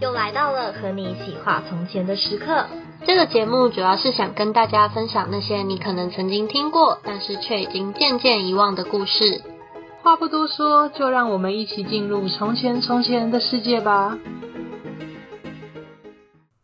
又来到了和你一起画从前的时刻。这个节目主要是想跟大家分享那些你可能曾经听过，但是却已经渐渐遗忘的故事。话不多说，就让我们一起进入从前从前的世界吧。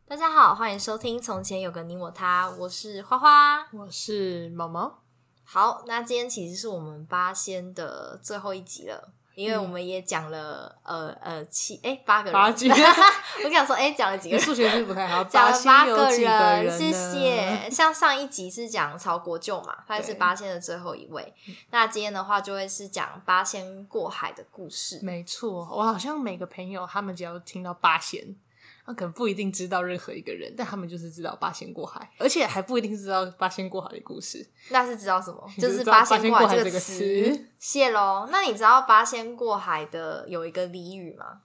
大家好，欢迎收听《从前有个你我他》，我是花花。我是毛毛，好，那今天其实是我们八仙的最后一集了。因为我们也讲了，呃呃七哎八个人，八集我想说哎讲了几你个数学是不太好，讲了星八有几人，人，谢。谢。像上一集是讲曹国舅嘛，他是对八仙的最后一位。那今天的话就会是讲八仙过海的故事。没错，我好像每个朋友他们只要听到八仙，他可能不一定知道任何一个人，但他们就是知道八仙过海，而且还不一定知道八仙过海的故事。那是知道什么？你就就是知道仙八仙过海海个这个词词。谢喽。那你知道八仙过海的有一个俚语吗？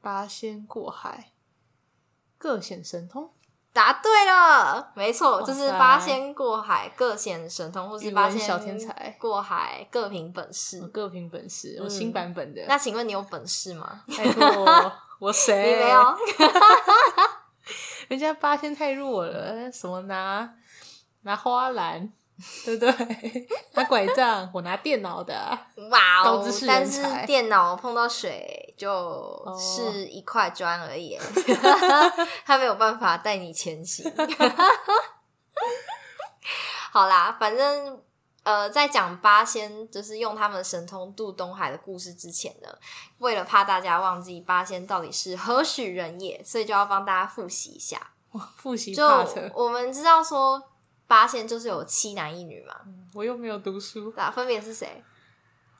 八仙过海，各显神通。答对了，没错，哇就是塞八仙过海各显神通，或是语八文仙小天才嗯过海各凭本事。我各凭本事，我嗯新版本的。那请问你有本事吗？拜 托，我你谁？没有，人家八仙太弱了，呃什么拿拿花篮，对不对？ 拿拐杖，我拿电脑的。哇高哦知！识但人是才哦电脑碰到水就是一块砖而 已耶，它没有办法带你前行。 好啦，反正呃，在讲八仙就是用他们的神通渡东海的故事之前呢，为了怕大家忘记八仙到底是何许人也，所以就要帮大家复习一下。哇，复习就怕扯，我们知道说八仙就是有七男一女嘛，我又没有读书。那分别是谁？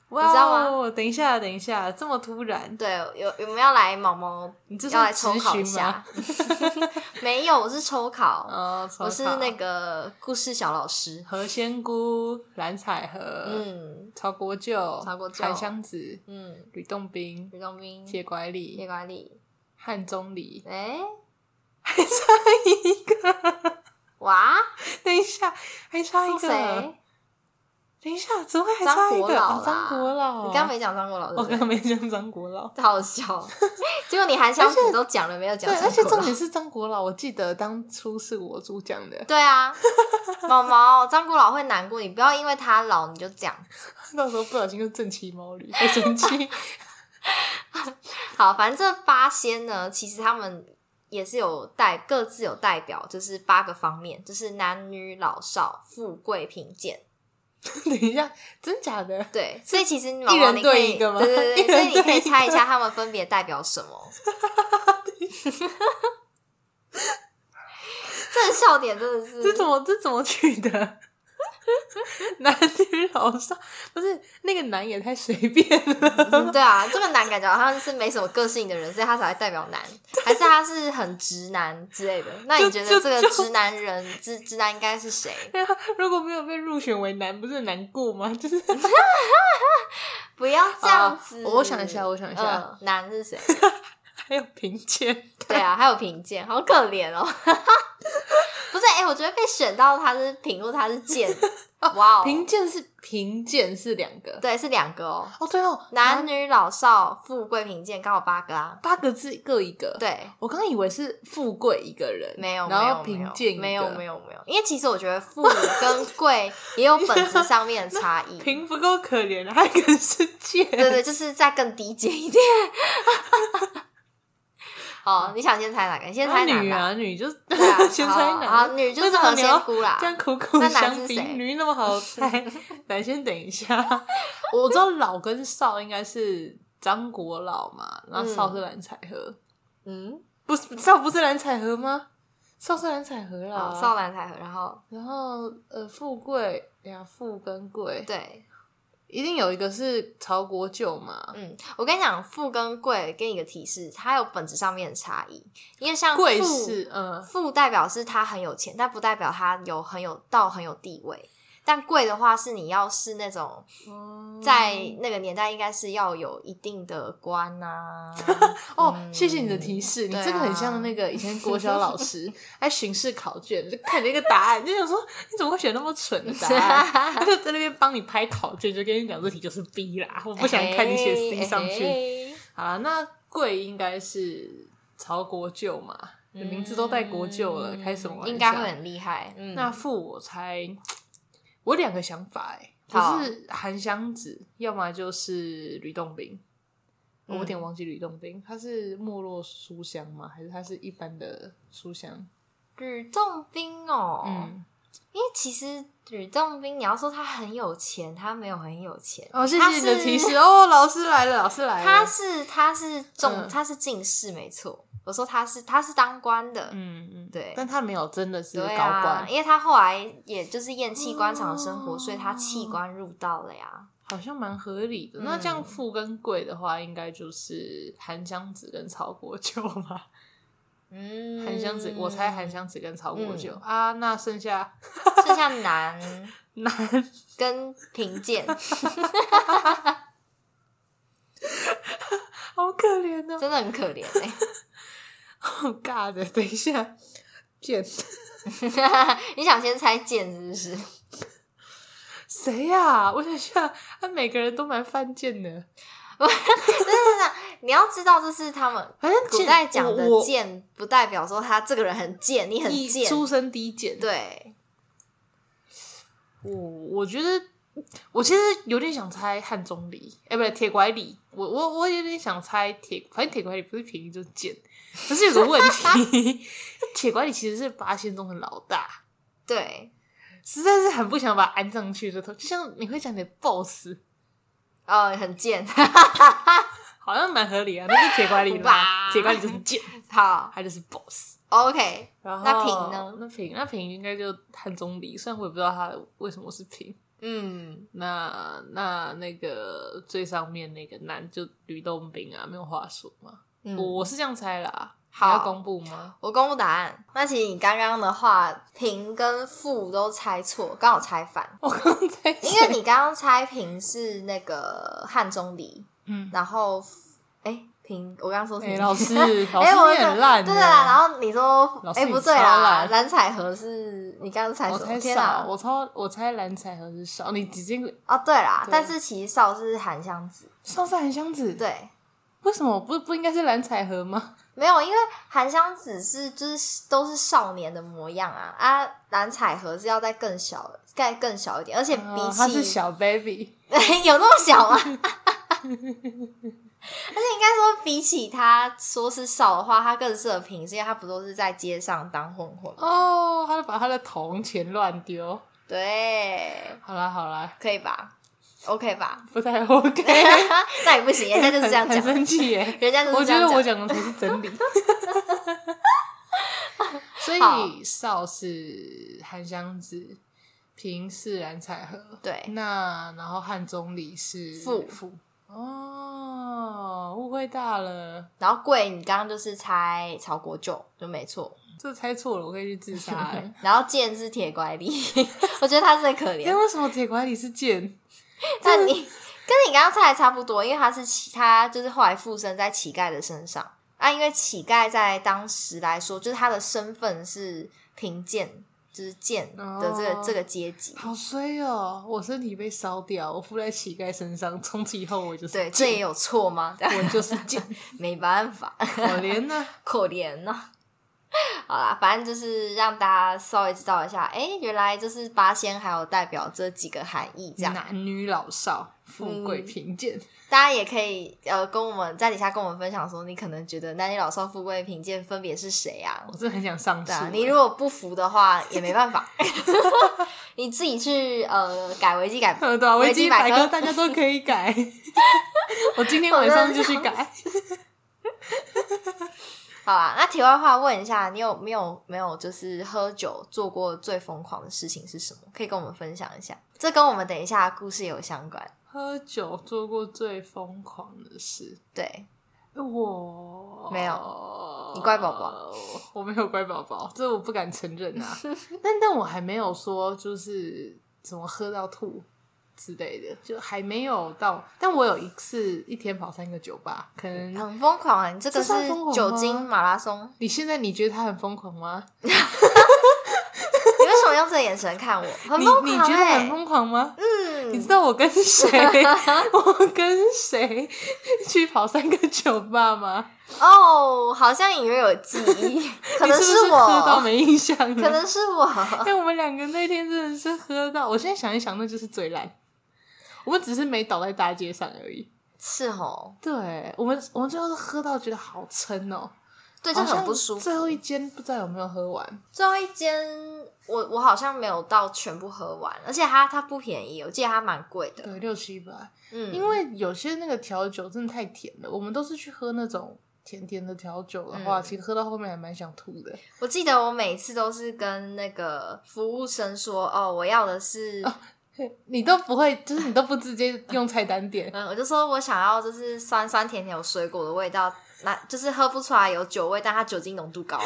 哇知道吗哦等一下，等一下，这么突然，对，有我们要来毛毛你这是要来抽考一咨询下 吗？没有，我是抽考，哦，草我是草那个故事小老师。何仙姑、蓝采和、嗯曹国舅、曹国舅韩湘子、嗯，吕洞宾、吕洞宾、铁拐铁李、拐李，汉钟 离。哎、哇，等一下，还差一个。是谁？等一下，怎么会还张差一国个？老啦哦张国老，你刚没讲张国老，我刚对不刚对？没讲张国老。太好笑，哦 结果你韩湘子都讲了，没有讲对，张而且国重老。点是张国老，我记得当初是我主讲 的，对啊，毛毛张国老会难过，你不要因为他老你就这样到时候不小心就正骑毛驴，太生气。 好，反正这八仙呢，其实他们也是有代各自有代表，就是八个方面，就是男女老少、富贵贫贱。等一下，真假的？对，所以其实毛一毛人你可以对一个吗对对 对，一所以人你可对以一个猜一下他们分别代表 什么。这个笑点真的是这怎么这怎么取的？ 男女老少不是那个男也太随便 了，嗯对啊，这个男感觉好像是没什么个性的人，所以他才会代表男，还是他是很直男之类的？那你就觉得就这个就直男人直直男应该是谁？啊如果没有被入选为男，不是很难过吗？ 就是不要这 样子、啊我想一下我想一下嗯、男是谁？ 还有贫贱，对啊，还有评鉴，好可怜哦。 不是，哎、我觉得被选到他是评论，他是 贱，哇哦，贫贱是贫贱是两个对，是两个哦，哦，对哦，男女老少富贵贫贱刚好八个啊。八个字各一个，对，我刚刚以为是富贵一个人，没有，没然有，后没贫有贱一个没有，没有，没有，因为其实我觉得富跟贵也有本质上面的差 异。贫不够可怜了，还可能是贱。对对，就是再更低阶一点。 哦，你想先猜哪个？你先猜那哪个？女啊女就是对啊 先好猜好男，女就为是什么何你仙要姑啦这样苦苦那男是相比，谁女那么 好猜，男先等一下。 我知道老跟少应该是张国老嘛，然后少是蓝采和，嗯，不是少不是蓝采和吗？少是蓝采和啦好，，少男才和，然后然后呃富贵，等一下富跟贵，对，一定有一个是曹国舅嘛，嗯，我跟你讲，富跟贵给你一个提示，它有本质上面的差异，因为像贵富是嗯富代表是他很有钱，但不代表他有很有到很有地位。但贵的话是你要是那种哦在那个年代应该是要有一定的官啊 呐、哦，嗯谢谢你的提示，你对啊这个很像那个以前国小老 师在巡视考卷，就看着一个答案，就想说你怎么会选那么蠢的答 案？他就在那边帮你拍考卷，就跟你讲这题就是 B 啦，我不想看你写 C 上去。哎好啦，那贵应该是曹国舅嘛，名字都带国舅了，开什么玩笑？嗯应该会很厉害。嗯，那父我猜，我两个想法哎、好不是韩湘子，要么就是吕洞宾。我有点忘记吕洞宾，他是没落书香吗？还是他是一般的书香？吕洞宾哦，嗯，因为其实吕洞宾，你要说他很有钱，他没有很有钱。哦，谢他谢你的是提示哦，老师来了，老师来了。他是他是中、嗯他是进士没错，我说他是他是当官的，嗯嗯，对但他没有真的是高对官啊，，因为他后来也就是厌弃官场生活，哦所以他弃官入道了呀。好像蛮合理的。那这样富跟贵的话，应该就是韩湘子跟曹国舅嘛。嗯，韩 湘子，我猜韩湘子跟曹国舅、啊。那剩下 剩下男男跟贫贱，好可怜 哦，真的很可怜哎、好尬的。等一下，见 你想先猜贱是不是？谁呀？我想想，他每个人都蛮犯贱的。你要知道，这是他们反正古贱代讲我的我贱，不代表说他这个人很贱，你很低贱。出身低贱。，对，我我觉得我其实有点想猜汉钟离，哎、不对，铁拐李。我我我有点想猜铁，反正铁拐李不是便宜就是贱，可是有个问 题，铁拐李其实是八仙中的老大，对，实在是很不想把他安上去这头，就像你会讲你的 boss，哦，很贱。好像蛮合理啊，那是铁拐李 吧？吧铁拐李就是贱，好他就是 boss。 ，OK，然后那平呢？那平那平应该就汉钟离，虽然我也不知道他为什么是平。嗯，那那那个最上面那个男就吕洞宾啊，没有话说嘛。嗯我我是这样猜啦，好你要公布 吗？我公布答案。那其实你刚刚的话，平跟富都猜错，刚好 猜反。我刚才因为你刚刚猜平是那个汉钟离，嗯，然后哎平，我刚刚说 什哎、么？老 师，老哎，我师你很烂、对啊啦，然。后你说老，师哎，你不对超啦，烂蓝采和是你刚刚猜我什么？猜天啊少，哪！我超我猜蓝采和是少，你直 接哦，对啦，对但是其实少是韩湘子，少是韩湘子，，对，为什么不不应该是蓝采和吗？没有，因为韩湘子是就是都是少年的模样啊，啊，蓝采和是要再更小，再更小一点，而且比哦起、他是小 baby， 有那么小吗？而且应该说，比起他说是少的话，他更适合平，是因为他不都是在街上当混混吗？哦，他就把他的铜钱乱丢。对，好啦好啦，可以吧？OK 吧？不太 OK，那也不行，人家就是这样很讲很，生气耶。人家就我是这觉得样我讲。讲的才是真 理。所好以少是韩湘子，平是蓝采和，对，那然后汉钟离是傅傅哦，误会大了，然后贵，你刚刚就是猜曹国舅，就没错。这猜错了，我可以去自 杀欸 了。然后剑是铁拐李， 我觉得他最可那怜。哎为什么铁拐李是剑？但你跟你刚刚猜的差不多，因为他是乞，他就是后来附身在乞丐的身上啊。因为乞丐在当时来说，就是他的身份是贫贱，就是贱的这个、哦这个阶级。好衰哦！我身体被烧掉，我附在乞丐身上，从此以后我就是对，这也剑，有错吗？ 我就是剑，没办法， 可怜啊呢。可怜呐、好啦，反正就是让大家稍微知道一下，哎、原来就是八仙还有代表这几个含义，这样男女老少，富贵贫贱，大家也可以呃跟我们在底下跟我们分享说，你可能觉得男女老少富贵贫贱分别是谁啊？我真的很想上欸诉对。啊，你如果不服的话也没办法， 你自己去呃改维基改。呃对啊，维维基基百百科科大家都可以改。 我今天晚上就去改。好啦，那题外话问一下，你有没有没有就是喝酒做过最疯狂的事情是什么？可以跟我们分享一下，这跟我们等一下的故事有相关。喝酒做过最疯狂的事，对，我没有你乖宝宝，我没有乖宝宝，这我不敢承认 啊。但但我还没有说就是怎么喝到吐之类的，就还没有到。但我有一次一天跑三个酒吧，可能很疯狂啊！你这个这是算疯狂吗酒精马拉松，你现在你觉得他很疯狂吗？你为什么用这个眼神看我？很疯狂、欸，你你觉得很疯狂吗？嗯，你知道我跟 谁，我跟谁去跑三个酒吧吗？哦，好像隐约有记 忆，可能你是不是喝到我，没印象 了？哎可能是我。 但我们两个那天真的是喝到，我现在想一想，那就是最烂。我们只是没倒在大街上而已。是哦，对我们，我们最后是喝到觉得好撑哦、对，就好像很不舒服。最后一间不知道有没有喝完，最后一间，我我好像没有到全部喝完，而且它它不便宜，我记得它蛮贵的。对，六七百。嗯，因为有些那个调酒真的太甜了，我们都是去喝那种甜甜的调酒的话，嗯其实喝到后面还蛮想吐的。我记得我每次都是跟那个服务生说，哦，我要的是，你都不会，就是你都不直接用菜单点，嗯，我就说我想要就是酸酸甜甜有水果的味道，那就是喝不出来有酒味，但它酒精浓度高。 啊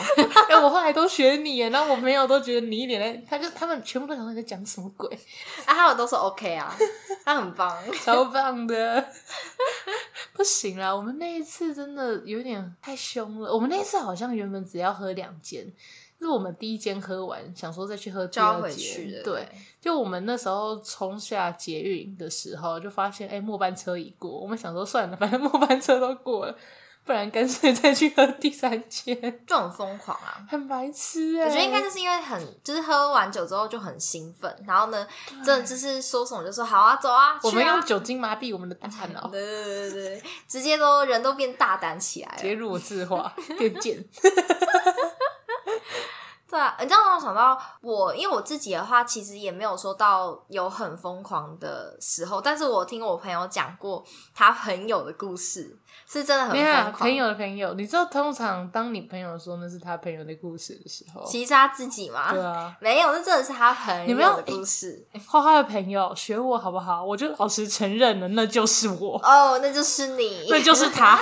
哎、我后来都学你耶，然后我朋友都觉得你一脸在，他就他们全部都想说你在讲什么鬼，啊，他们都说 OK 啊，他很棒。超棒的。 不行啦，我们那一次真的有点太凶了。我们那一次好像原本只要喝两间，就是我们第一间喝完，想说再去喝第就要二回去间。了，对，，就我们那时候冲下捷运的时候，就发现哎、末班车已过，我们想说算了，反正末班车都过了，不然干脆再去喝第三间，就很疯狂啊！很白痴哎、我觉得应该就是因为很，就是喝完酒之后就很兴奋，然后呢，真的就是说什么就说好啊，走啊，欸我们去啊用酒精麻痹我们的大脑，对对对对，对直接都人都变大胆起来接了。弱智 化，变贱。对啊，你这样让我想到我，因为我自己的话，其实也没有说到有很疯狂的时候，但是我听我朋友讲过他朋友的故事，是真的很没有啊疯狂。朋友的朋友，你知道通常当你朋友说那是他朋友的故事的时候，其实是他自己嘛，对啊，没有，那真的是他朋你们要友的故事。花花的朋友学我好不好？我就老实承认了，那就是我，哦，那就是你，那就是 他，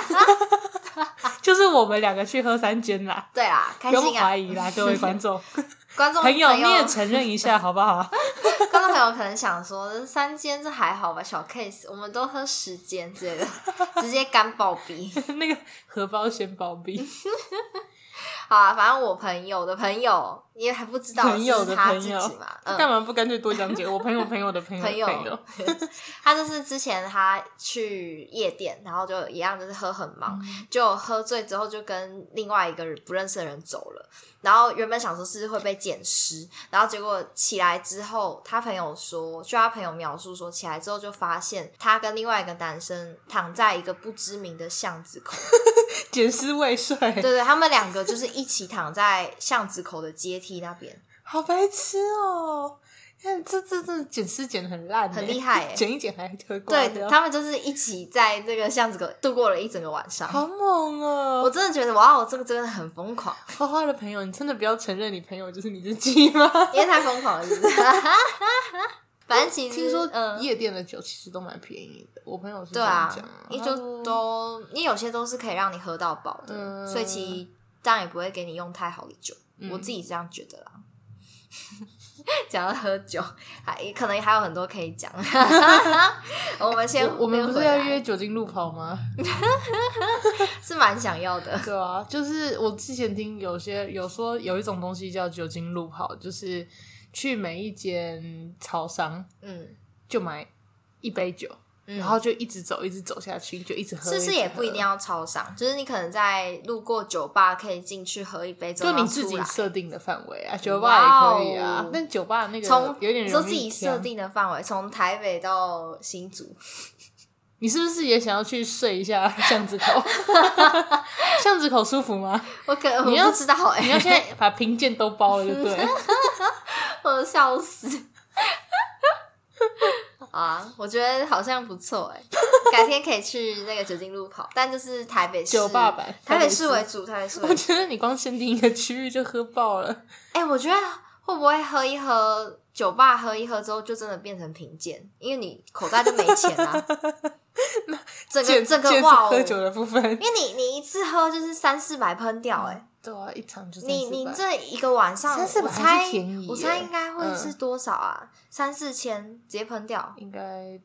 就是我们两个去喝三间啦。对啦，开不用心啊怀！疑啦，各位观 众、观众朋友，友，你也承认一下好不好？ 观众朋友可能想说，这三间这还好吧，小 case，我们都喝十间之 类的，直接干爆逼。那个荷包先包庇，好啊，反正我朋友的朋友，你也还不知道朋友是的他自朋己友嘛，干嗯。嘛不干脆多讲解？我朋友朋友的朋友朋的友朋友，，他就是之前他去夜店，然后就一样就是喝很忙，嗯就喝醉之后就跟另外一个人不认识的人走了。然后原本想说是会被捡尸，然后结果起来之后，他朋友说，据他朋友描述说，起来之后就发现他跟另外一个男生躺在一个不知名的巷子 口，捡尸未遂，对对，他们两个就是一起躺在巷子口的阶梯那边，好白痴哦！看这这这捡尸捡的很烂欸，很厉 害欸捡一捡还喝光对他们就是一起在这个巷子口度过了一整个晚上。好猛我哦！真的觉得哇，我这个真的很疯狂，花花的朋友，你真的不要承认你朋友就是你自己 吗？因为太疯狂了，是不是？ 反正其实听说嗯，夜店的酒其实都蛮便宜的，我朋友是这对样啊讲，，你他就说都，你有些都是可以让你喝到饱的，嗯所以其实这样也不会给你用太好的酒，嗯我自己这样觉得啦。 讲到喝酒，还可能还有很多可以讲。 我们先我我们不是要先回来约酒精路跑吗？是蛮想要的， 对啊，就是我之前听有些有说有一种东西叫酒精路跑，就是去每一间超商嗯，就买一杯酒，嗯然后就一直走，一直走下去，就一直喝。是不是也直喝不一定，要超商，就是你可能在路过酒吧可以进去喝一杯之后，就你然后自出己来设定的范围啊，酒吧也可以哇啊哦，但酒吧那个从有点你说容易自己设挑，定的范围，从台北到新竹，你是不是也想要去睡一 下巷子口？巷子口舒服吗？我可你我要不知道哎、你要现在把评鉴都包了，就对了。 我笑死。好啊，我觉得好像不错欸哎、改天可以去那个酒精路跑，但就是台北市酒吧版台北台市北为市主，台北市为我主。觉得你光限定一个区域就喝爆了。哎、我觉得会不会喝一喝酒吧喝一喝之后，就真的变成贫贱，因为你口袋就没钱 啊。整个见整个见识哇哦，喝酒因的部分。为你你一次喝就是三四百喷掉哎、对啊，一场就你你300这一个晚上，三四百我还是猜便宜我耶猜应该会嗯是多少啊？三四千直接喷掉，应该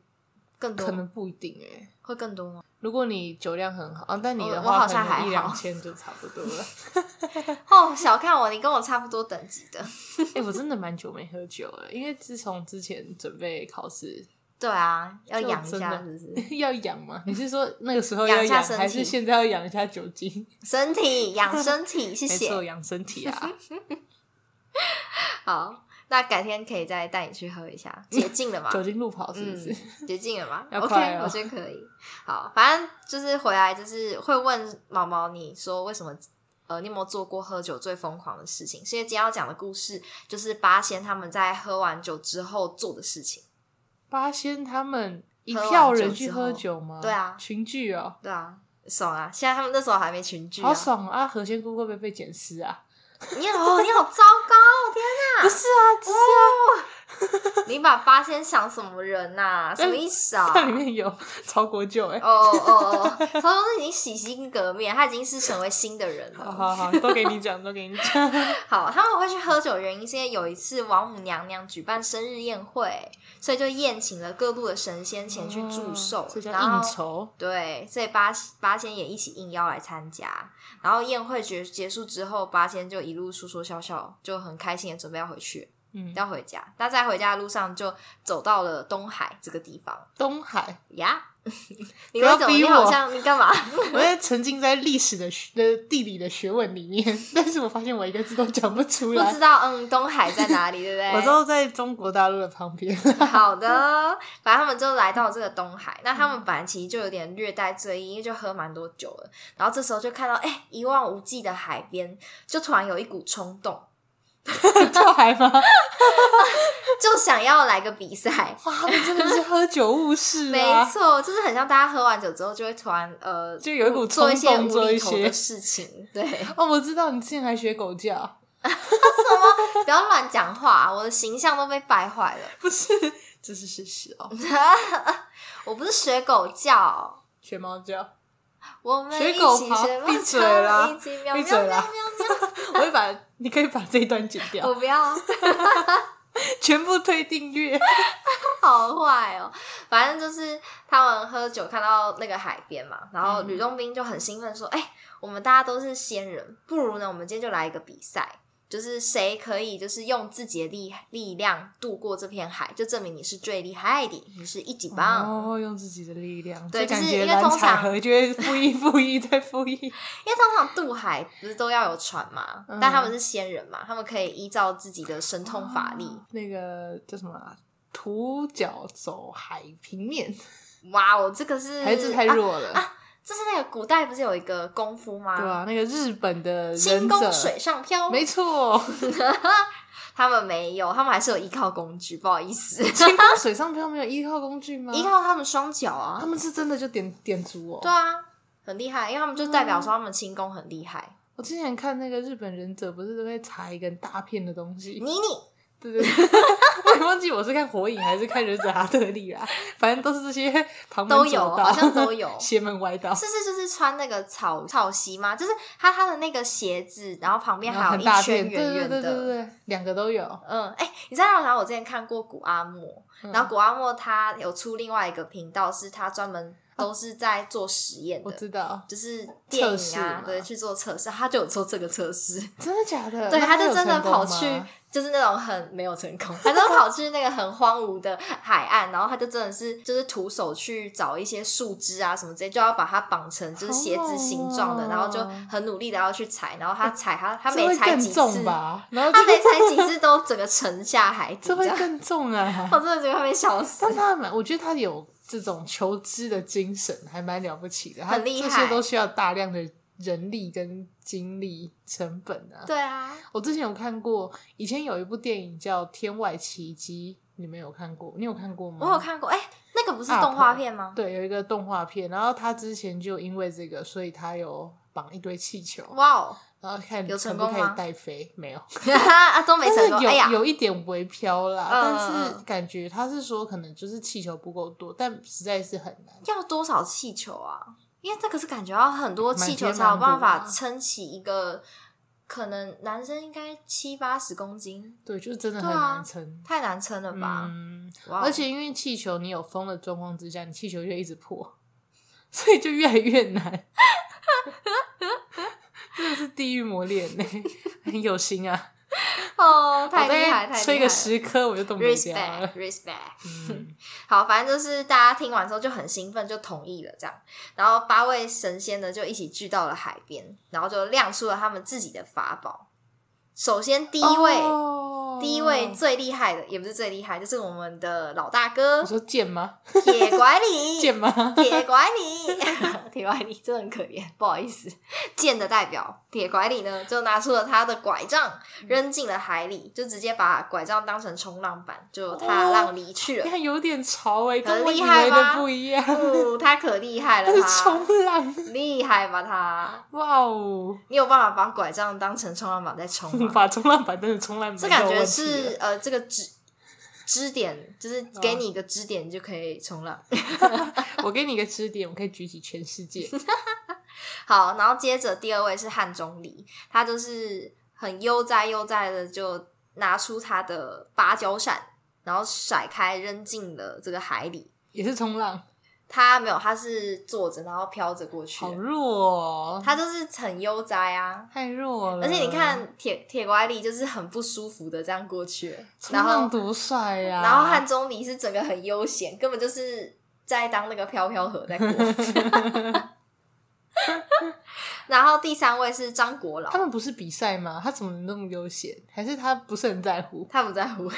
更多可能不一定哎、会更多吗？如果你酒量很好，啊、但你的我我话好可像还能一好两千就差不多了。 哦，小看我，你跟我差不多等级的。 欸哎、我真的蛮久没喝酒了，因为自从之前准备考试 对啊，要就养一真下的是不是？要养吗？你是说那个时候养要一下养，身还是体现在要养一下酒精？ 身体养身体，谢没错，谢。养身体 啊。好，那改天可以再带你去喝一下，解 禁了嘛？酒精路跑是不是？嗯、解禁了吗 要快哦？OK，了我觉得可以。好，反正就是回来就是会问毛毛，你说为什么？呃，你有没有做过喝酒最疯狂的事情？所以今天要讲的故事就是八仙他们在喝完酒之后做的事情。八仙他们一喝完票酒人之去喝后酒吗？对啊群聚哦，对啊，爽啊！现在他们那时候还没群聚、啊，好！爽啊！啊何仙姑会不会被捡尸啊？你好，你好糟糕！天不是啊，只是啊哪， 你把八仙想什么人呐、什么意 思啊？它里面有曹国舅哎。哦哦哦，他说是已经洗心革面，他已经是成为新的人 好了。好好，都给你讲，都给你讲。好，他们会去喝酒的原因是因为有一次王母娘娘举办生日宴会，所以就宴请了各路的神仙前去祝寿，哦这叫然应后。酬。对，所以八八仙也一起应邀来参加。然后宴会结结束之后，八仙就一路说说笑笑，就很开心的准备要回去，嗯，要回家。那在回家的路上，就走到了东海这个地方东海，呀。 你不要为什么？逼你好我像你干嘛？ 我也沉浸在历史的学、的地理的学问里面， 但是我发现我一个字都讲 不出不来知。道，嗯，东海在哪里，对不对？ 我都在中国大陆的旁 边。 好的，反正他们就来到这个东海。那他们本来其实就有点略带醉意，因为就喝蛮多酒了。然后这时候就看到，哎、一望无际的海边，就突然有一股冲动，跳海吗？就想要来个比赛。哇，他 们真的是喝酒误事没啊！错，就是很像大家喝完酒之后就会突然呃，就有一股做一冲些动无做厘一头些的事情。对， 哦，我知道你之前还学狗叫，不要乱讲话，我的形象都被败坏了。不是， 这是事实哦。我不是学狗叫，学猫叫，我们学一狗起刨学猫闭嘴叫啦一起喵闭喵嘴喵喵啦 喵。哦我会把，你可以把这一段剪掉我，不要，全部推订阅。 好坏哦。反正就是他们喝酒看到那个海边嘛，然后嗯吕洞宾就很兴奋说：“哎、我们大家都是仙人，不如呢，我们今天就来一个比赛。”就是谁可以，就是用自己的力力量渡过这片海，就证明你是最厉害的，你是一级棒。哦，用自己的力量，对这就是感因觉为蓝通常采和就 会复议、复议再复议。因为通常渡海不是都要有船嘛，嗯但他们是仙人嘛，他们可以依照自己的神通法力，那个叫什么啊？土脚走海平面，哇哦，这个是还是这太啊，弱了？这是那个古代不是有一个功夫吗？对啊，那个日本的轻忍者功，水上漂，没错，他们没有，他们还是有依靠工具，不好意 思，啊轻功水上漂没有依靠工具吗？依靠他们双脚他啊，们是真的就点点足哦。对啊，很厉害，因为他们就代嗯表说他们轻功很厉害。我之前看那个日本忍者，不是都会查一根大片的东西妮？妮，对对 对，我也忘记我是看火影还是看忍者哈特利啦，反正都是这些旁门都左有道好像都有 邪门歪道。是是就是穿那个草草席吗？就是他他的那个鞋子，然后旁边然后还有很大一片，圈对圆对圆对对对的。对，两个都有。嗯，哎、你知道让我想到我之前看过古阿莫，嗯然后古阿莫他有出另外一个频道，是他专门都是在做实验的我，知道，就是电测影试嘛啊，对，去做测试，他就有做这个测试，真的假的？对，那他有就真的成功跑吗去，就是那种很没有成功， 他就跑去那个很荒芜的海岸，然后他就真的是就是徒手去找一些树枝啊什么之类，就要把它绑成就好是鞋子猛形状的，哦然后就很努力的要去踩，然后他踩他他这每会踩更几次重，吧？然后他这每踩几次都整个沉下海底，这这会样！更重啊 我真的觉得快被笑死 但。他蛮，我觉得他有这种求知的精神，还蛮了不起的。他很厉害这些都需要大量的人力跟精力成本啊。对啊，我之前有看过，以前有一部电影叫《天外奇迹》，你们有看过？你有看过吗？我有。看过，哎、那个不是 Up 动画片吗？对，有一个动画片，然后他之前就因为这个，所以他有绑一堆气球，哇哦， 然后看有成可不可功吗以带飞，没 有。啊都没但成是 功，有、哎呀，有一点微飘啦，嗯嗯但嗯是感觉他是说可能就是气球不够多，但实在是很难。要多少气球啊？因为这个是感觉要很多气球才有办啊法撑起一个，可能男生应该七八十公斤，对，就是真的对很啊难撑。太难撑了吧？嗯，哇哦而且因为气球你有风的状况之下，你气球就一直破， 所以就越来越难。 真的是地狱磨练呢、很有心啊！哦，我太大厉害，概太厉害了！吹个十颗我就动不了了。 respect，respect。嗯好，反正就是大家听完之后就很兴奋，就同意了这样。然后八位神仙呢就一起聚到了海边，然后就亮出了他们自己的法宝。首先 第一位，哦第一位最厉害的也不是最厉害，就是我们的老大哥我说贱吗？铁拐李。贱吗？ 铁拐李， 铁拐李真的很可怜，不好意思。剑的代表铁拐李呢，就拿出了他的拐杖，嗯扔进了海里，就直接把拐杖当成冲浪板，就踏浪离去你了。看有点潮哎、跟我很厉以害为吧的不一样。 哦，他可厉 害了它是他，冲浪，厉害吧他？哇哦！你有办法把拐杖当成冲浪板在冲 吗？把冲浪板当成冲浪板，这感没有觉问题了嗯是呃，这个支支点就是给你一个支点，你就可以冲浪。我给你一个支点，我可以举起全世 界。好，然后接着第二位是汉钟离，他就是很悠哉悠哉的就拿出他的芭蕉扇，然后甩开扔进了这个海里。也是冲浪，他没有，他是坐着然后飘着过去好的，弱哦，他就是很悠哉啊。太弱了。而且你，嗯看铁铁拐李就是很不舒服的这样过去了，冲然浪后多帅呀、然后汉钟离是整个很悠闲，根本就是在当那个飘飘河 在过。 然后第三位是张国老？他，们不是比赛吗？他怎么能那么悠闲？还是他不是很在乎他不在乎。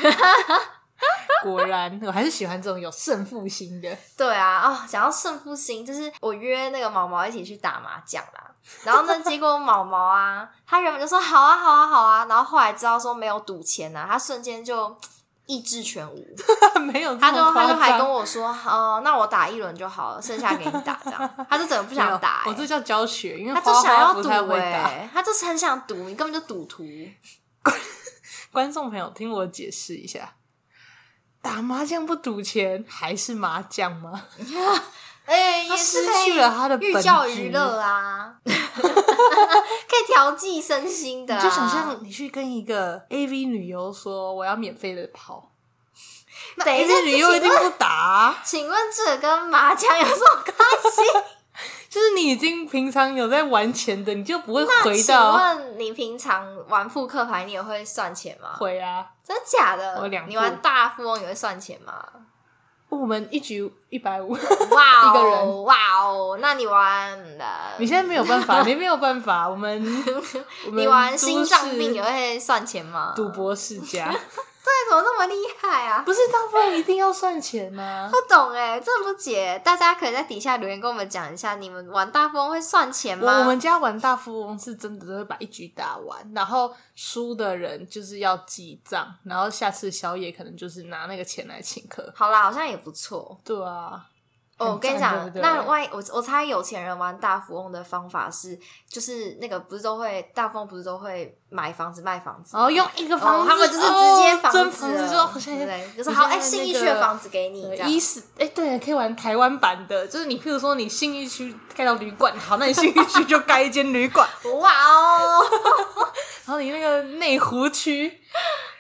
果然，我还是喜欢这种有胜负心的。 对啊，哦，讲到胜负心，就是我约那个毛毛一起去打麻将啦。然后呢， 结果毛毛啊，他原本就说好啊，好啊，好啊，然后后来知道说没有赌钱啊，他瞬间就意志全无。没有这他就么夸张，他就还跟我说，哦、那我打一轮就好了，剩下给你打这样。他就整个不不想打、欸我这叫教学，因为他花就想花要不赌太会哎、打。他就是很想赌，你根本就赌徒。观众朋友，听我解释一下。打麻将不赌钱，还是麻将吗？哎、他也失是可以去了他的寓本教质于 乐啊，可以调剂身心的、你啊。就想象你去跟一个 AV 女优说我要免费的跑，哎那等一下 AV 女优一定不打 啊、请问这跟麻将有什么关系？就是你已经平常有在玩钱的，你就不会回请到问你平常玩扑克牌，你也会算钱吗？回啊。真假的？我两副你玩大富翁也会算钱吗？哦我们一局一百五， 哇哦，一个人哇哦，那你玩呃，你现在没有办 法，你没有办法。我们我们你玩都心脏病啊是也会算钱吗？赌博世 家，那怎么那么厉害啊？不是大部分一定要算钱啊吗？不懂哎、真的不解。大家可以在底下留言跟我们讲一下，你们玩大富翁会算钱我吗？我们家玩大富翁是真的都会把一局打完，然后输的人就是要记账，然后下次宵夜可能就是拿那个钱来请客。好啦，好像也不错。对啊，哦，我很跟你赞讲对不，对那万一我我猜有钱人玩大富翁的方法是，就是那个不是都会大富翁不是都会买房子卖房子然吗，后用一个房哦子，他们就是直接哦真子了，子就好像对不对，就是好哎，新一区的房子给你，这样一是哎，对，可以玩台湾版的，就是你譬如说你信义区盖到旅馆，好，那你信义区就盖一间旅馆， 哇哦， 然后你那个内湖区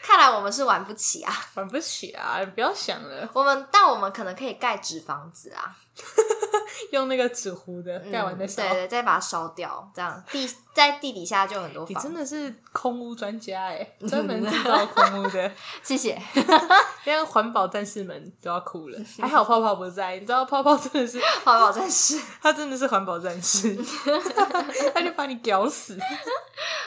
看来我们是玩不起啊，玩不起啊，不要想了，我们但我们可能可以盖纸房子啊，用那个纸糊的嗯盖完再烧。对对，再把它烧掉，这样地在地底下就有很多你房真子， 的是空屋专家哎、专门制造空屋 的，谢谢，连环保战士们都要哭了。 还好泡泡不在，你知道泡泡真的是，好不好？真是。他真的是环保战 士，他就把你屌死。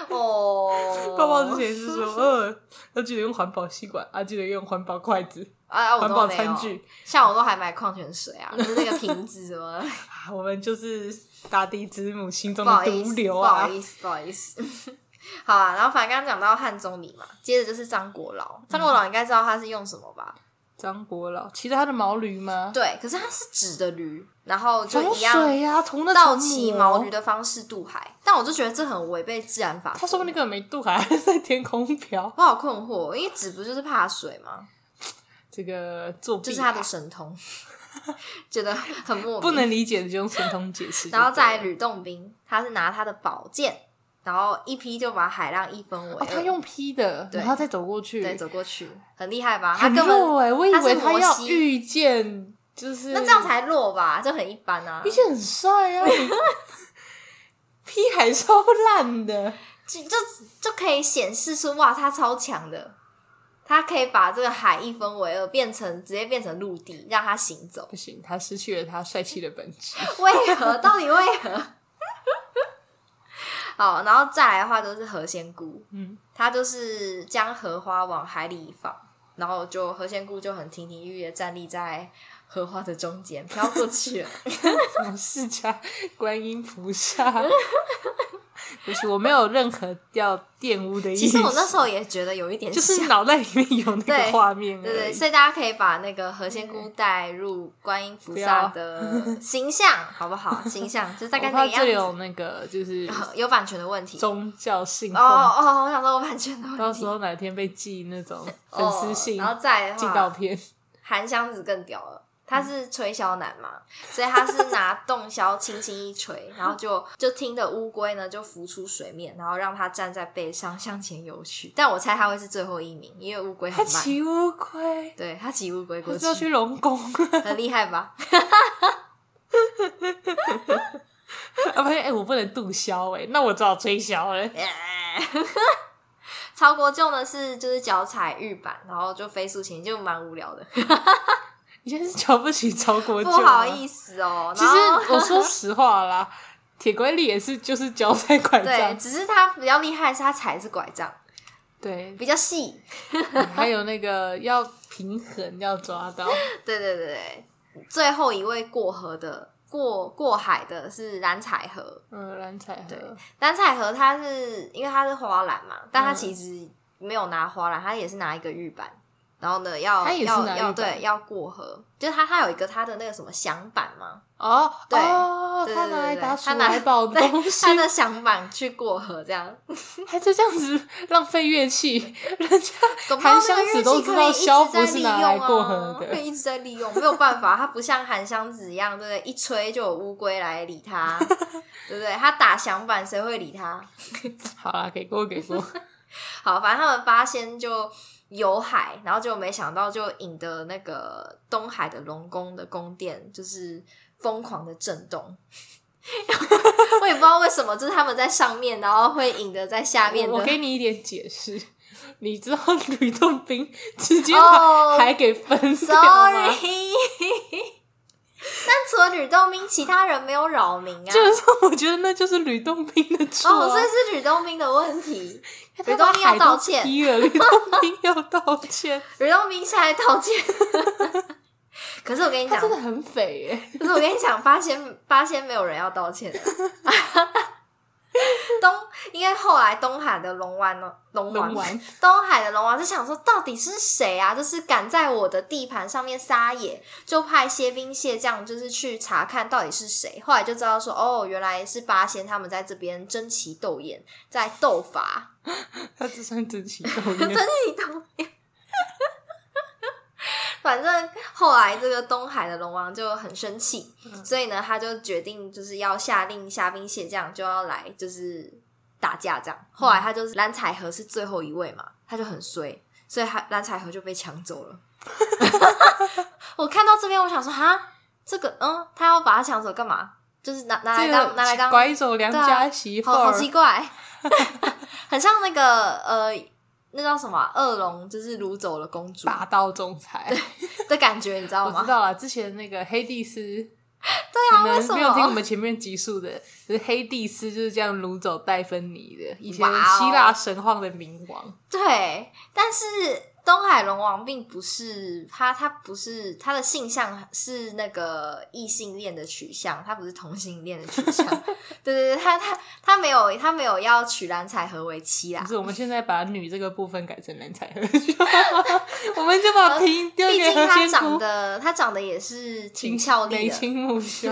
哦，泡泡之前是说，呃，要记得用环保吸管啊，记得用环保筷子、啊，我环都保没餐有。具像我都还买矿泉水啊，就是那个瓶子什么的，啊。我们就是大地之母心中不好的意毒思，瘤不好啊。意思，不好意思。 好啊，然后反正刚刚讲到汉中里嘛，接着就是张国老，嗯张国老应该知道他是用什么吧？张国老骑着他的毛驴吗？对，可是他是纸的驴，然后就从一样水呀、从那倒层骑膜毛驴的方式渡海，但我就觉得这很违背自然法则。他说不定根本没渡海，还在天空飘。我好困惑，因为纸不就是怕水吗？这个作弊就啊、是他的神通， 觉得很莫名，不能理解的就用神通解释就对 然了。后再来吕洞宾，他是拿他的宝剑，然后一劈就把海浪一分为二、哦，他用 P 的，对然后再走过去，对走过去，很厉害吧？他很根本弱哎、我以为他是摩他要西遇见，就是那这样才弱吧，就很一般啊 遇。见很帅啊，P 还超烂的，就就就可以显示出哇，他超强的，他可以把这个海一分为二，变成直接变成陆地，让它行走。不行，他失去了他帅气的本质。为何？到底为何？ 好，然后再来的话就是河仙姑，嗯，她就是将荷花往海里放，然后就河仙姑就很亭亭玉立的站立在荷花的中间，飘过去 了。什么释迦观音菩萨？不是，我没有任何要玷污的意思。其实我那时候也觉得有一点就像是脑袋里面有那对个画面而已，对对，所以大家可以把那个何仙姑带入观音菩萨的形象， 好不好？形象就是大概我那怕个这里样有子。那个 就是有版权的问题。哦宗教信奉，哦哦，我想说有版权的问题。到时候哪天被寄那种粉哦丝信、然后再来寄的照话，片，韩湘子更屌了。他嗯是吹箫男嘛，所以他是拿洞箫轻轻一吹，然后就就听的乌龟呢就浮出水面，然后让它站在背上向前游去。但我猜他会是最后一名，因为乌龟他很慢。骑乌龟，对他骑乌龟我过就要去龙宫， 很厉害吧？啊不是，哎、我不能渡枭哎、那我只好吹箫哎哎了。曹国舅呢是就是脚踩玉板，然后就飞速前进，就蛮无聊的，你现在是瞧不起曹国舅不吗好意思哦。啊其然后实我说实话啦，铁拐李也是就是脚踩拐对，杖，只是他比较厉害，是他踩的是拐杖，对，比较细。还有那个要平衡要抓 到，对对对对，最后一位过河的过过海的是蓝采和，嗯，蓝采对和，蓝采和他是因为他是花篮嘛，但他嗯其实没有拿花篮，他也是拿一个玉板。然后呢，要他也是要拿玉要板对要过河，就是他他有一个他的那个什么响板嘛，哦，对哦对他对拿来对打他鼠拿来宝的 对东西他，的响板去过河，这样。还是这样子浪费乐器，人家总韩湘子都知道萧不是拿来过河可的，啊以一直在利用，没有办法，它不像韩湘子一样，对不对？一吹就有乌龟来理 它，对不对？它打响板，谁会理它？好啦，给过给 过，好，反正他们八仙就游海，然后就没想到就引得那个东海的龙宫的宫殿就是疯狂的震动。 我也不知道为什么，就是他们在上面，然后会引得在下面我我的给你一点解释。 你知道吕洞宾直接哦把海给分 掉吗 Sorry，但除了吕洞宾，其他人没有扰民啊。就是我觉得那就是吕洞宾的错、啊。哦，所以是吕洞宾的问题。他吕把洞宾海要都道歉，踢了，吕洞宾要道 歉。吕洞宾现在道歉。 可是我跟你他讲，真的很匪耶、 可是我跟你讲，八仙 八仙没有人要道歉的。 东，因为后来东海的龙王呢，龙王龙王东海的龙王就想说，到底是谁啊？就是敢在我的地盘上面撒野，就派些兵蟹将，就是去查看到底是谁。后来就知道说，哦，原来是八仙他们在这边争奇斗艳，在斗法。他只算争奇 斗真艳。的你懂吗 反正后来这个东海的龙王就很生气，所以呢，他就决定就是要下令虾兵蟹将就要来就是打架这样。后来他就是嗯蓝采和是最后一位嘛，他就很衰，所以他蓝采和就被抢走了。我看到这边，我想说哈，这个嗯，他要把他抢走干嘛？就是拿拿来这当拿来个当拐走良对啊家媳妇好好儿，奇怪， 很像那个呃，那叫什么啊恶龙，就是掳走了公主霸道总裁。的感觉，你知道我吗知？道啊，之前那个黑 蒂斯，对啊可为什能么没有听我们前面集数的，就是黑蒂斯就是这样掳走戴芬妮的，以前哇哦希腊神话的冥王。对，但是东海龙王并不是他，他不是他的性向是那个异性恋的取向，他不是同性恋的取 向。对对对，他他他没有他没有要娶蓝采和为妻啦可，是我们现在把女这个部分改成男才 和就好，我们就把平丢毕给竟何他仙长姑，得他长得也是秦挺俏丽眉的，清目 秀。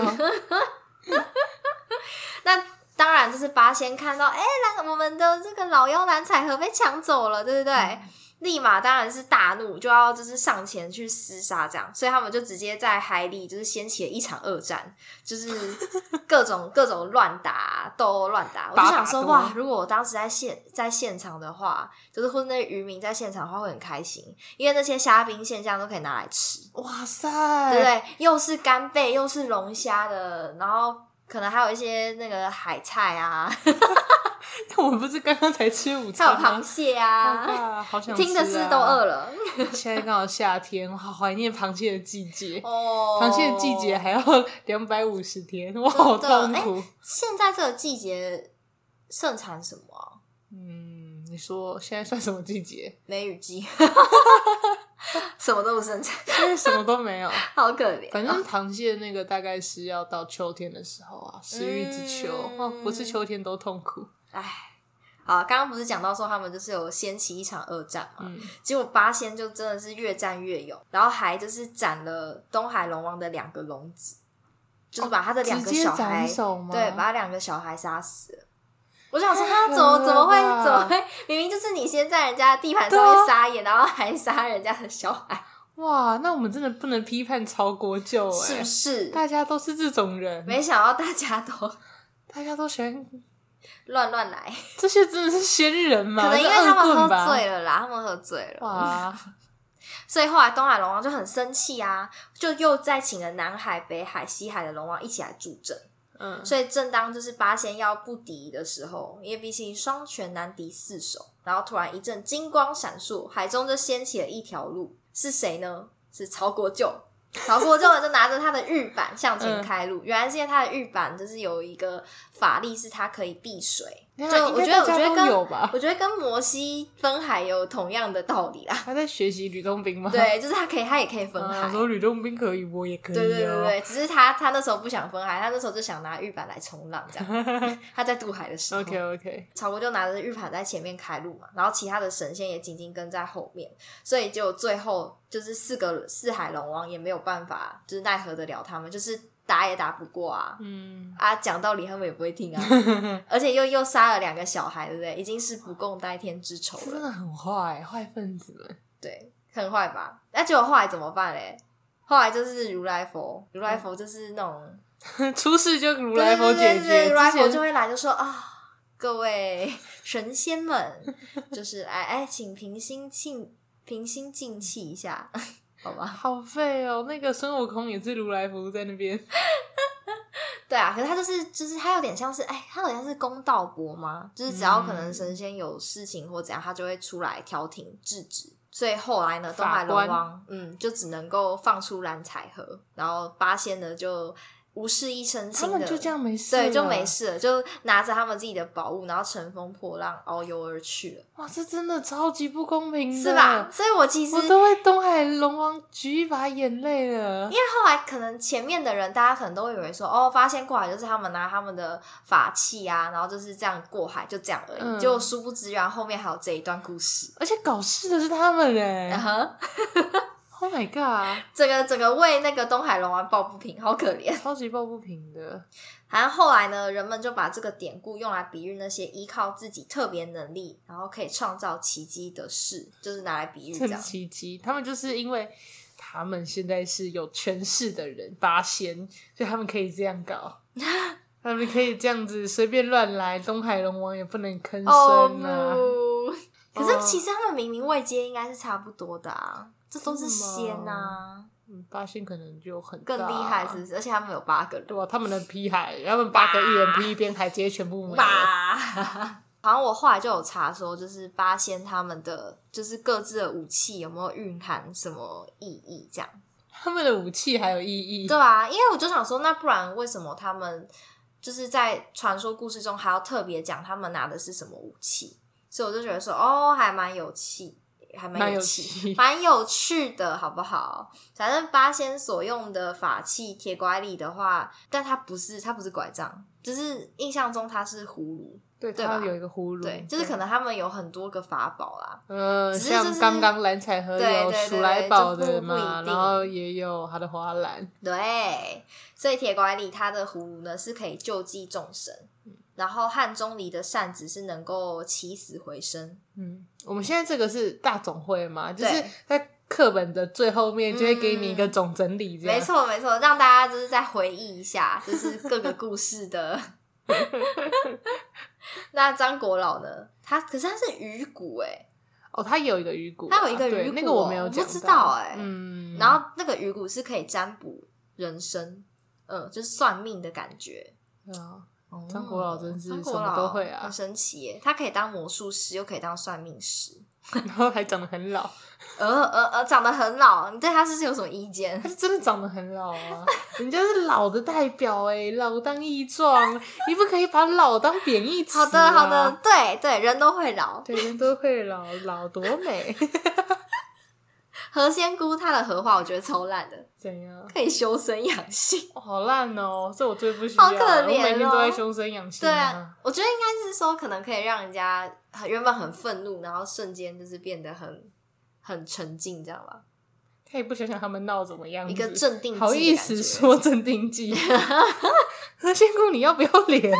那当然就是八仙看到，哎、蓝我们的这个老妖蓝采和被抢走了，对不对？立马当然是大怒，就要就是上前去厮杀这样，所以他们就直接在海里就是掀起了一场恶战，就是 各种各种乱打斗殴乱打。我就八打想说，多哇，如果我当时在现在现场的话，就是或者那渔民在现场的话会很开心，因为那些虾兵蟹将都可以拿来吃。哇塞，对不对？又是干贝，又是龙虾的，然后可能还有一些那个海菜啊，我们不是刚刚才吃午还有餐吗螃？蟹啊，哇，好想、啊、听的是都饿。了现在刚好夏天，我好怀念螃蟹的季节。哦。螃蟹的季节还要 两百五十天，我真的哎好痛苦。现在这个季节盛产什么啊、嗯，你说现在算什么季节？梅雨季， 什么都不盛产，现在什么都 没有。好可怜。反正螃蟹那个大概是要到秋天的时候啊，食欲之秋、嗯哦，不是秋天都痛苦。唉，好，刚刚不是讲到说他们就是有掀起一场恶战嘛，嗯，结果八仙就真的是越战越勇，然后还就是斩了东海龙王的两个龙子，就是把他的两哦直个接小孩，斩首吗？对，把他两个小孩杀死了。我想说，他太怎么狠怎么会了吧怎么会？明明就是你先在人家的地盘上对面啊撒野，然后还杀人家的小孩，哇，那我们真的不能批判曹国舅哎、是不是？大家都是这种人，没想到大家都 大家都喜欢乱乱来，这些，真的是仙人吗？可能因为是他啊恶们棍喝吧醉了啦，他们喝醉了。哇，所以后来东海龙王就很生气啊，就又再请了南海、北海、西海的龙王一起来助阵。嗯，所以正当就是八仙要不敌的时候，因为毕竟双拳难敌四手，然后突然一阵金光闪烁，海中就掀起了一条路，是谁呢？是曹国 舅。曹国舅就拿着他的玉板向前开嗯路，原来是因为他的玉板就是有一个法力，是它可以避水。那就应我该觉得，我大觉家得都跟有吧我觉得跟摩西分海有同样的道理啦。 他在学习吕洞宾吗？对，就是他可以，他也可以分海。啊，说吕洞宾可以，我也可以、哦。对对对对，只是他他那时候不想分海，他那时候就想拿玉板来冲浪，这 样。他在渡海的时候 OK OK，曹国就拿着玉盘在前面开路嘛，然后其他的神仙也紧紧跟在后面，所以就最后就是四个四海龙王也没有办法，就是奈何得了他们，就是打也打不过啊。嗯，啊，讲道理他们也不会听啊，而且又又杀了两个小孩，对不对？已经是不共戴天之仇这真了，的很坏，坏分子们。对，很坏吧？那结果后来怎么办嘞？后来就是如来佛，如来佛就是那种 出事就如来佛对解对对对决，如来佛之就前会来就说啊。 各位神仙们，就是哎哎，请平心静平心静气一下， 好吧？好废哦。那个孙悟空也是如来佛在那边，对啊，可是他就是就是他有点像是哎，他好像是公道伯吗？就是只要可能神仙有事情或怎样，他就会出来调停制止。所以后来呢，东海龙法官王嗯，就只能够放出蓝采和，然后八仙呢就无事一身他轻的，们就这样没事，对，就没。啊事了，就拿着他们自己的宝物，然后乘风破浪，遨游而去了，哇，这真的超级不公平的，是吧？？所以我其实我都为东海龙王举一把眼泪了，因为后来可能前面的人，大家可能都会以为说，哦，八仙过海就是他们拿他们的法器啊，然后就是这样过海，就这样而已。嗯结果殊不知，原来后面还有这一段故事。而且搞事的是他们然嘞后！Oh my god， 整个整个为那个东海龙王抱不平，好可怜。 超级抱不平的。然后后来呢，人们就把这个典故用来比喻那些依靠自己特别能力，然后可以创造奇迹的事，就是拿来比喻这趁样。奇迹，他们就是因为他们现在是有权势的人，八仙，所以他们可以这样 搞，他们可以这样子随便乱来，东海龙王也不能吭声啊。哦不！可哦是其实他们明明位阶应该是差不多的啊，这都是仙啊，嗯八仙可能就很大更厉害是不啊是？而且他们有八个人对吧、啊他们的劈海，他们八个一人劈一边海，直接全部没了。吧。 好像我后来就有查说，就是八仙他们的就是各自的武器有没有蕴含什么意义这样。他们的武器还有意义，对啊，因为我就想说，那不然为什么他们就是在传说故事中还要特别讲他们拿的是什么武器？所以我就觉得说，哦，还蛮有趣，还蛮蛮有有趣趣，蛮有趣的，好不好？反正八仙所用的法器铁拐李的话，但它不是，它不是拐杖，就是印象中它是葫芦，对，对他吧有一个葫芦，对，就是可能他们有很多个法宝啦，呃，只是就像是刚刚蓝采和对对有对鼠来对宝就不的不嘛，一定然后也有他的花篮，对，所以铁拐李它的葫芦呢是可以救济众生，嗯然后汉钟离的扇子是能够起死回生，嗯，我们现在这个是大总会嘛，就对是在课本的最后面就会给你一个总整理，这样、没。错没错，让大家就是再回忆一下，就是各个故事的。 那张国老呢？他可是他是鱼骨哎、哦，它有一个鱼骨啊，它有一个对鱼骨哦那个我没有我不讲知到道欸嗯，然后那个鱼呃骨是可以占卜人生，嗯，就是算命的感觉。对啊 哦张国老真是张国什么老都会啊很神奇耶！他可以当魔术师，又可以当算命师，然后还长得很老，呃呃呃，长得很老，你对他是不是有什么意见 他？是真的长得很老啊， 人家是老的代表哎、老当益壮，你不可以把老当贬义词、啊。好的，好的，，对对，人都会老。对，人都会老， 老多美，何仙姑她的荷花，我觉得超烂的，怎样？可以修身养性。哦好烂哦，这我最不需要好了，可我怜每天都在哦修身养性、对啊，，我觉得应该是说，可能可以让人家很原本很愤怒，然后瞬间就是变得很很沉静，这样吧，他也不想想他们闹怎么样子，一个镇定剂的感嗯好觉。意思说镇定 剂。何仙姑，你要不要脸？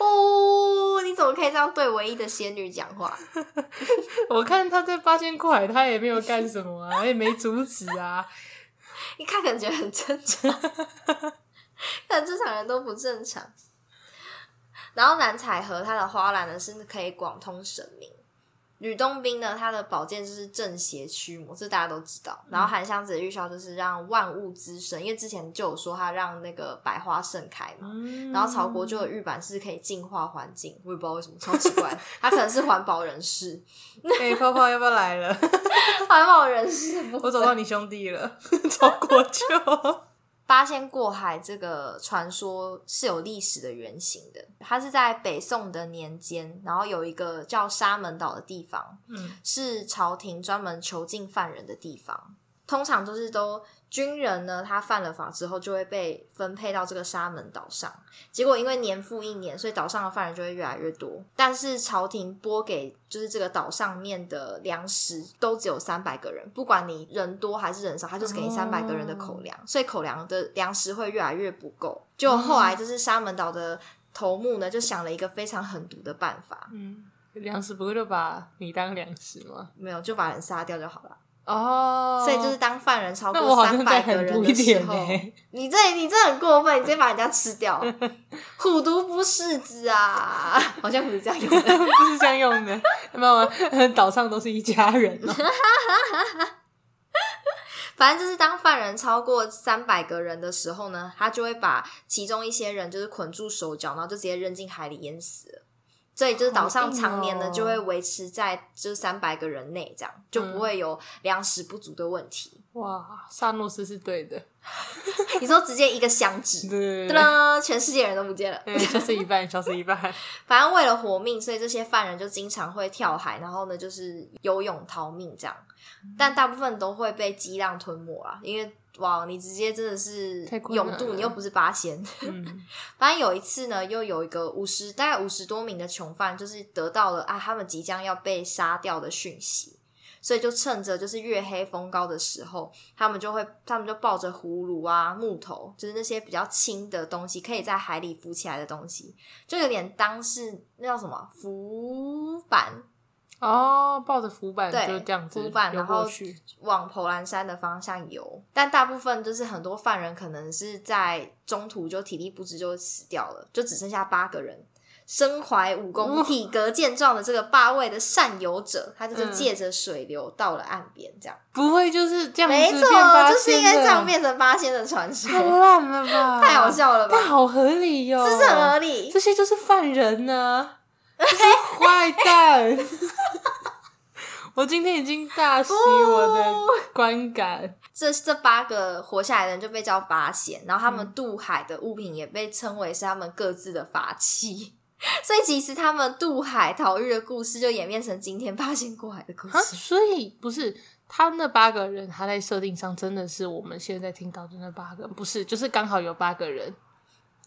哦，你怎么可以这样对唯一的仙女讲话？我看他在八仙过海，他也没有干什么啊，也没阻止啊。一看感觉很正常， 看正常人都不正常。然后蓝采和它的花篮呢是可以广通神明，吕洞宾呢他的宝剑就是正邪驱魔，这大家都知道。然后韩湘子的玉箫就是让万物滋生，因为之前就有说他让那个百花盛开嗯嘛。然后曹国就有玉板是可以净化环境，我也不知道为什么超奇怪的，他可能是环保人士， 哎、泡泡要不要来了？ 环保人士不我找到你兄弟了， 曹国 舅。八仙过海这个传说是有历史的原型的，它是在北宋的年间，然后有一个叫沙门岛的地方，嗯，是朝廷专门囚禁犯人的地方。通常就是都军人呢，他犯了法之后就会被分配到这个沙门岛上。结果因为年复一年，所以岛上的犯人就会越来越多。但是朝廷拨给就是这个岛上面的粮食都只有三百个人，不管你人多还是人少，他就是给你哦三百个人的口粮，所以口粮的粮食会越来越不够。就后来就是沙门岛的头目呢，就想了一个非常狠毒的办法，嗯，粮食不会就把你当粮食吗？没有就把人杀掉就好了。哦，所以就是当犯人超那我好过像在三百很个人多的一时点候，欸 你这你这很过分，你直接把人家吃掉， 虎毒不食子啊！ 好像不是 这样用的。不是这样用的。 妈妈，岛上都是一家人哦、 反正就是当犯人超过三百个人的时候呢，他就会把其中一些人就是捆住手脚，然后就直接扔进海里淹死了。所以就是岛好上硬常年呢哦就会维持在就是三百个人内，这样就嗯不会有粮食不足的问题。哇，萨诺斯是对的，你说直接一个响指，对噔噔，全世界人都不见了。 对，消失一半，消失一 半。反正为了活命，所以这些犯人就经常会跳海，然后呢就是游泳逃命这样。嗯但大部分都会被激浪吞没啦，因为哇，你直接真的是太困难泳了渡，你又不是八仙。嗯，反正有一次呢，又有一个五十大概五十多名的囚犯，就是得到了啊他们即将要被杀掉的讯息。所以就趁着就是月黑风高的时候，他们就会，他们就抱着葫芦啊、木头，就是那些比较轻的东西，可以在海里浮起来的东西，就有点当是那叫什么浮板，哦，抱着浮板对就这样子浮板游然后过去，往婆兰山的方向游，但大部分就是很多犯人可能是在中途就体力不支就死掉了，就只剩下八个人。身怀武功、哦体格健壮的这个八位的善游者，他就是嗯借着水流到了岸边，这样、不会就是这样子没变错，八就是应该仙这样的变成八仙的传说，太烂了吧， 太好，笑了吧？但好合理哟、这是很合理这。些就是犯人呢、这些坏蛋。 我今天已经大洗哦我的观感，这这八个活下来的人就被叫八仙，然后他嗯们渡海的物品也被称为是他们各自的法器。 所以其实他们渡海逃狱的故事就演变成今天八仙过海的故啊，事。所以不是他那八个人，他在设定上真的是我们现在听到的那八个人，不是，就是刚好有八个人，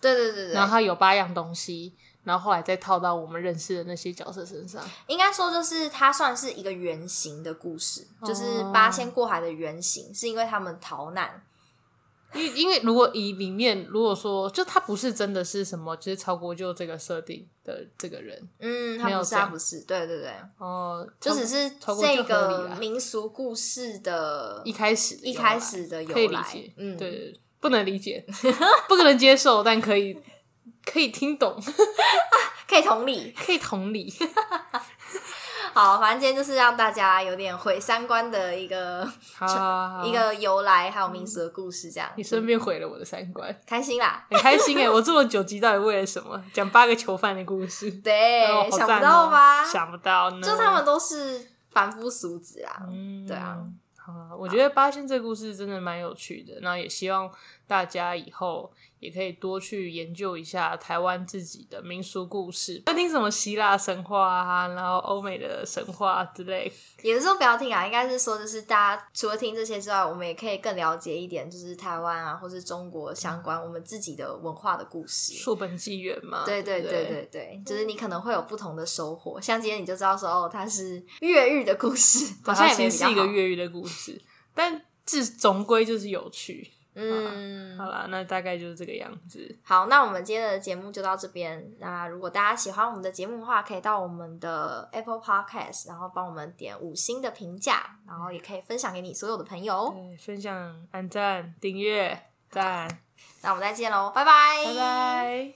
对对对然后对，他有八样东西，然后后来再套到我们认识的那些角色身上。应该说就是它算是一个原型的故事，哦就是八仙过海的原型，是因为他们逃难。因为因为如果以里面如果说就他不是真的是什么，就是曹国舅这个设定的这个人嗯，他没有不是，这样他不是，对对对，哦，就只是曹国舅这合理个啦民俗故事的一开始的一由来开始的由可以理来解，嗯，对，对，对不能理解， 不可能接受，但可以可以听懂， 可以同理。可以同理。好，反正今天就是让大家有点毁三观的一个 好好 好嗯一个由来，还有民俗的故事，这样你顺便毁了我的三观，开心啦。很开心哎、我做了九集到底为了什么？讲八个囚犯的故事，对，哦好想赞不到哦吧？想不到呢，就他们都是凡夫俗子啊。嗯，对啊。好啊，我觉得八仙这个故事真的蛮有趣的，那也希望大家以后也可以多去研究一下台湾自己的民俗故事，不要听什么希腊神话啊，然后欧美的神话之类。也不是说不要听啊，应该是说就是大家除了听这些之外，我们也可以更了解一点，就是台湾啊，或是中国相关我们自己的文化的故事。溯本纪元嘛，对对对不对对对，就是你可能会有不同的收获。像今天你就知道说，哦，它是越狱的故事，好像把它也切不比是较一个好，越狱的故事，但至总归就是有趣。嗯，好啦，那大概就是这个样子。好，那我们今天的节目就到这边。那如果大家喜欢我们的节目的话，可以到我们的 Apple Podcast，然后帮我们点五星的评价，然后也可以分享给你所有的朋友。哦对，分享、按赞、订阅、赞，那我们再见喽，拜拜拜。